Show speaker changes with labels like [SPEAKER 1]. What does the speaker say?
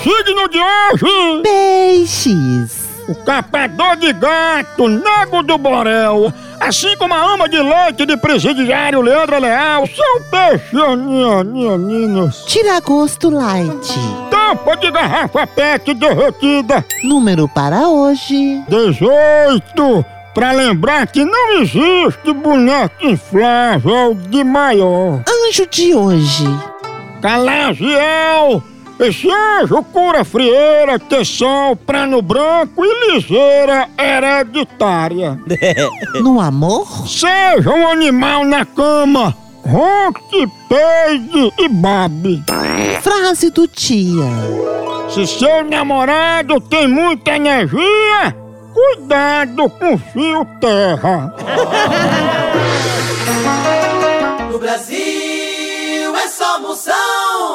[SPEAKER 1] assunto de hoje!
[SPEAKER 2] Peixes.
[SPEAKER 1] O capador de gato, nego do Borel, assim como a ama de leite de presidiário Leandro Leal, são peixes,
[SPEAKER 2] Tira gosto light.
[SPEAKER 1] tampa de garrafa pet derretida,
[SPEAKER 2] Número para hoje.
[SPEAKER 1] 18, pra lembrar que não existe boneco inflável de maior.
[SPEAKER 2] Anjo de hoje.
[SPEAKER 1] Calagiel! Esse anjo cura frieira, tensão, prano branco e ligeira hereditária.
[SPEAKER 2] No amor.
[SPEAKER 1] Seja um animal na cama, ronque, peide e babe.
[SPEAKER 2] Frase do dia.
[SPEAKER 1] Se seu namorado tem muita energia, cuidado com o fio terra.
[SPEAKER 3] No Brasil é só moção.